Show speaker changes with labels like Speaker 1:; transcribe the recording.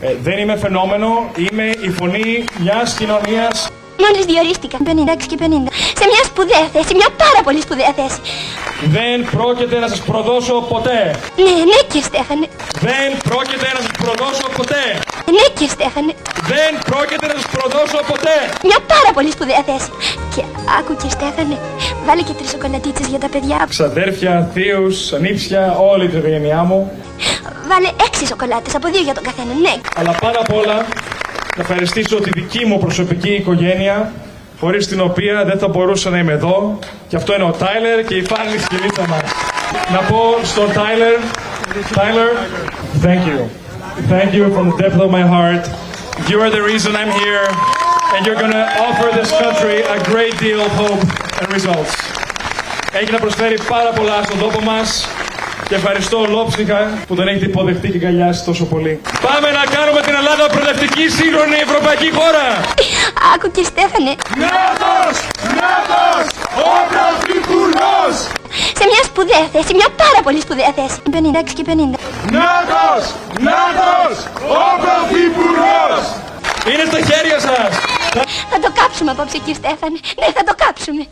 Speaker 1: Ε, δεν είμαι φαινόμενο, είμαι η φωνή μιας κοινωνίας
Speaker 2: Μόλις διορίστηκα 56 και 50 σε μια σπουδαία θέση, μια πάρα πολύ σπουδαία θέση.
Speaker 1: Δεν πρόκειται να σας προδώσω ποτέ.
Speaker 2: Ναι, ναι και Στέφανε.
Speaker 1: Δεν πρόκειται να σας προδώσω ποτέ.
Speaker 2: Ναι και Στέφανε.
Speaker 1: Δεν πρόκειται να σας προδώσω ποτέ.
Speaker 2: Μια πάρα πολύ σπουδαία θέση. Και άκου και Στέφανε, βάλε και τρεις σοκολατίτσες για τα παιδιά.
Speaker 1: Ξαδέρφια, θείους, ανήψια, όλη την οικογένειά μου.
Speaker 2: Βάλε έξι σοκολάτες από δύο για τον καθένα, ναι.
Speaker 1: Αλλά πάνω απ' όλα να ευχαριστήσω τη δική μου προσωπική οικογένεια χωρίς την οποία δεν θα μπορούσα να είμαι εδώ. Και αυτό είναι ο Τάιλερ και η Φάνη Σκυλίτσα μας. Να πω στον Τάιλερ, Τάιλερ, thank you. Thank you from the depth of my heart. You are the reason I'm here and you're going to offer this country a great deal of hope and results. Έχει να προσφέρει πάρα πολλά στον τόπο μας και ευχαριστώ ολόψυχα που τον έχετε υποδεχτεί και αγκαλιάσει τόσο πολύ. Πάμε να κάνουμε την Ελλάδα προοδευτική σύγχρονη ευρωπαϊκή χώρα!
Speaker 2: Άκου και Στέφανε,
Speaker 1: Νάτος! Νάτος! Ο Πρωθυπουργός!
Speaker 2: σε μια σπουδαία θέση, μια πάρα πολύ σπουδαία θέση. 56 και 50.
Speaker 1: Νάτος! Νάτος! Ο Πρωθυπουργός! Είναι στα χέρια σας!
Speaker 2: Θα το κάψουμε απόψε, κύριε Στέφανε. Ναι, θα το κάψουμε.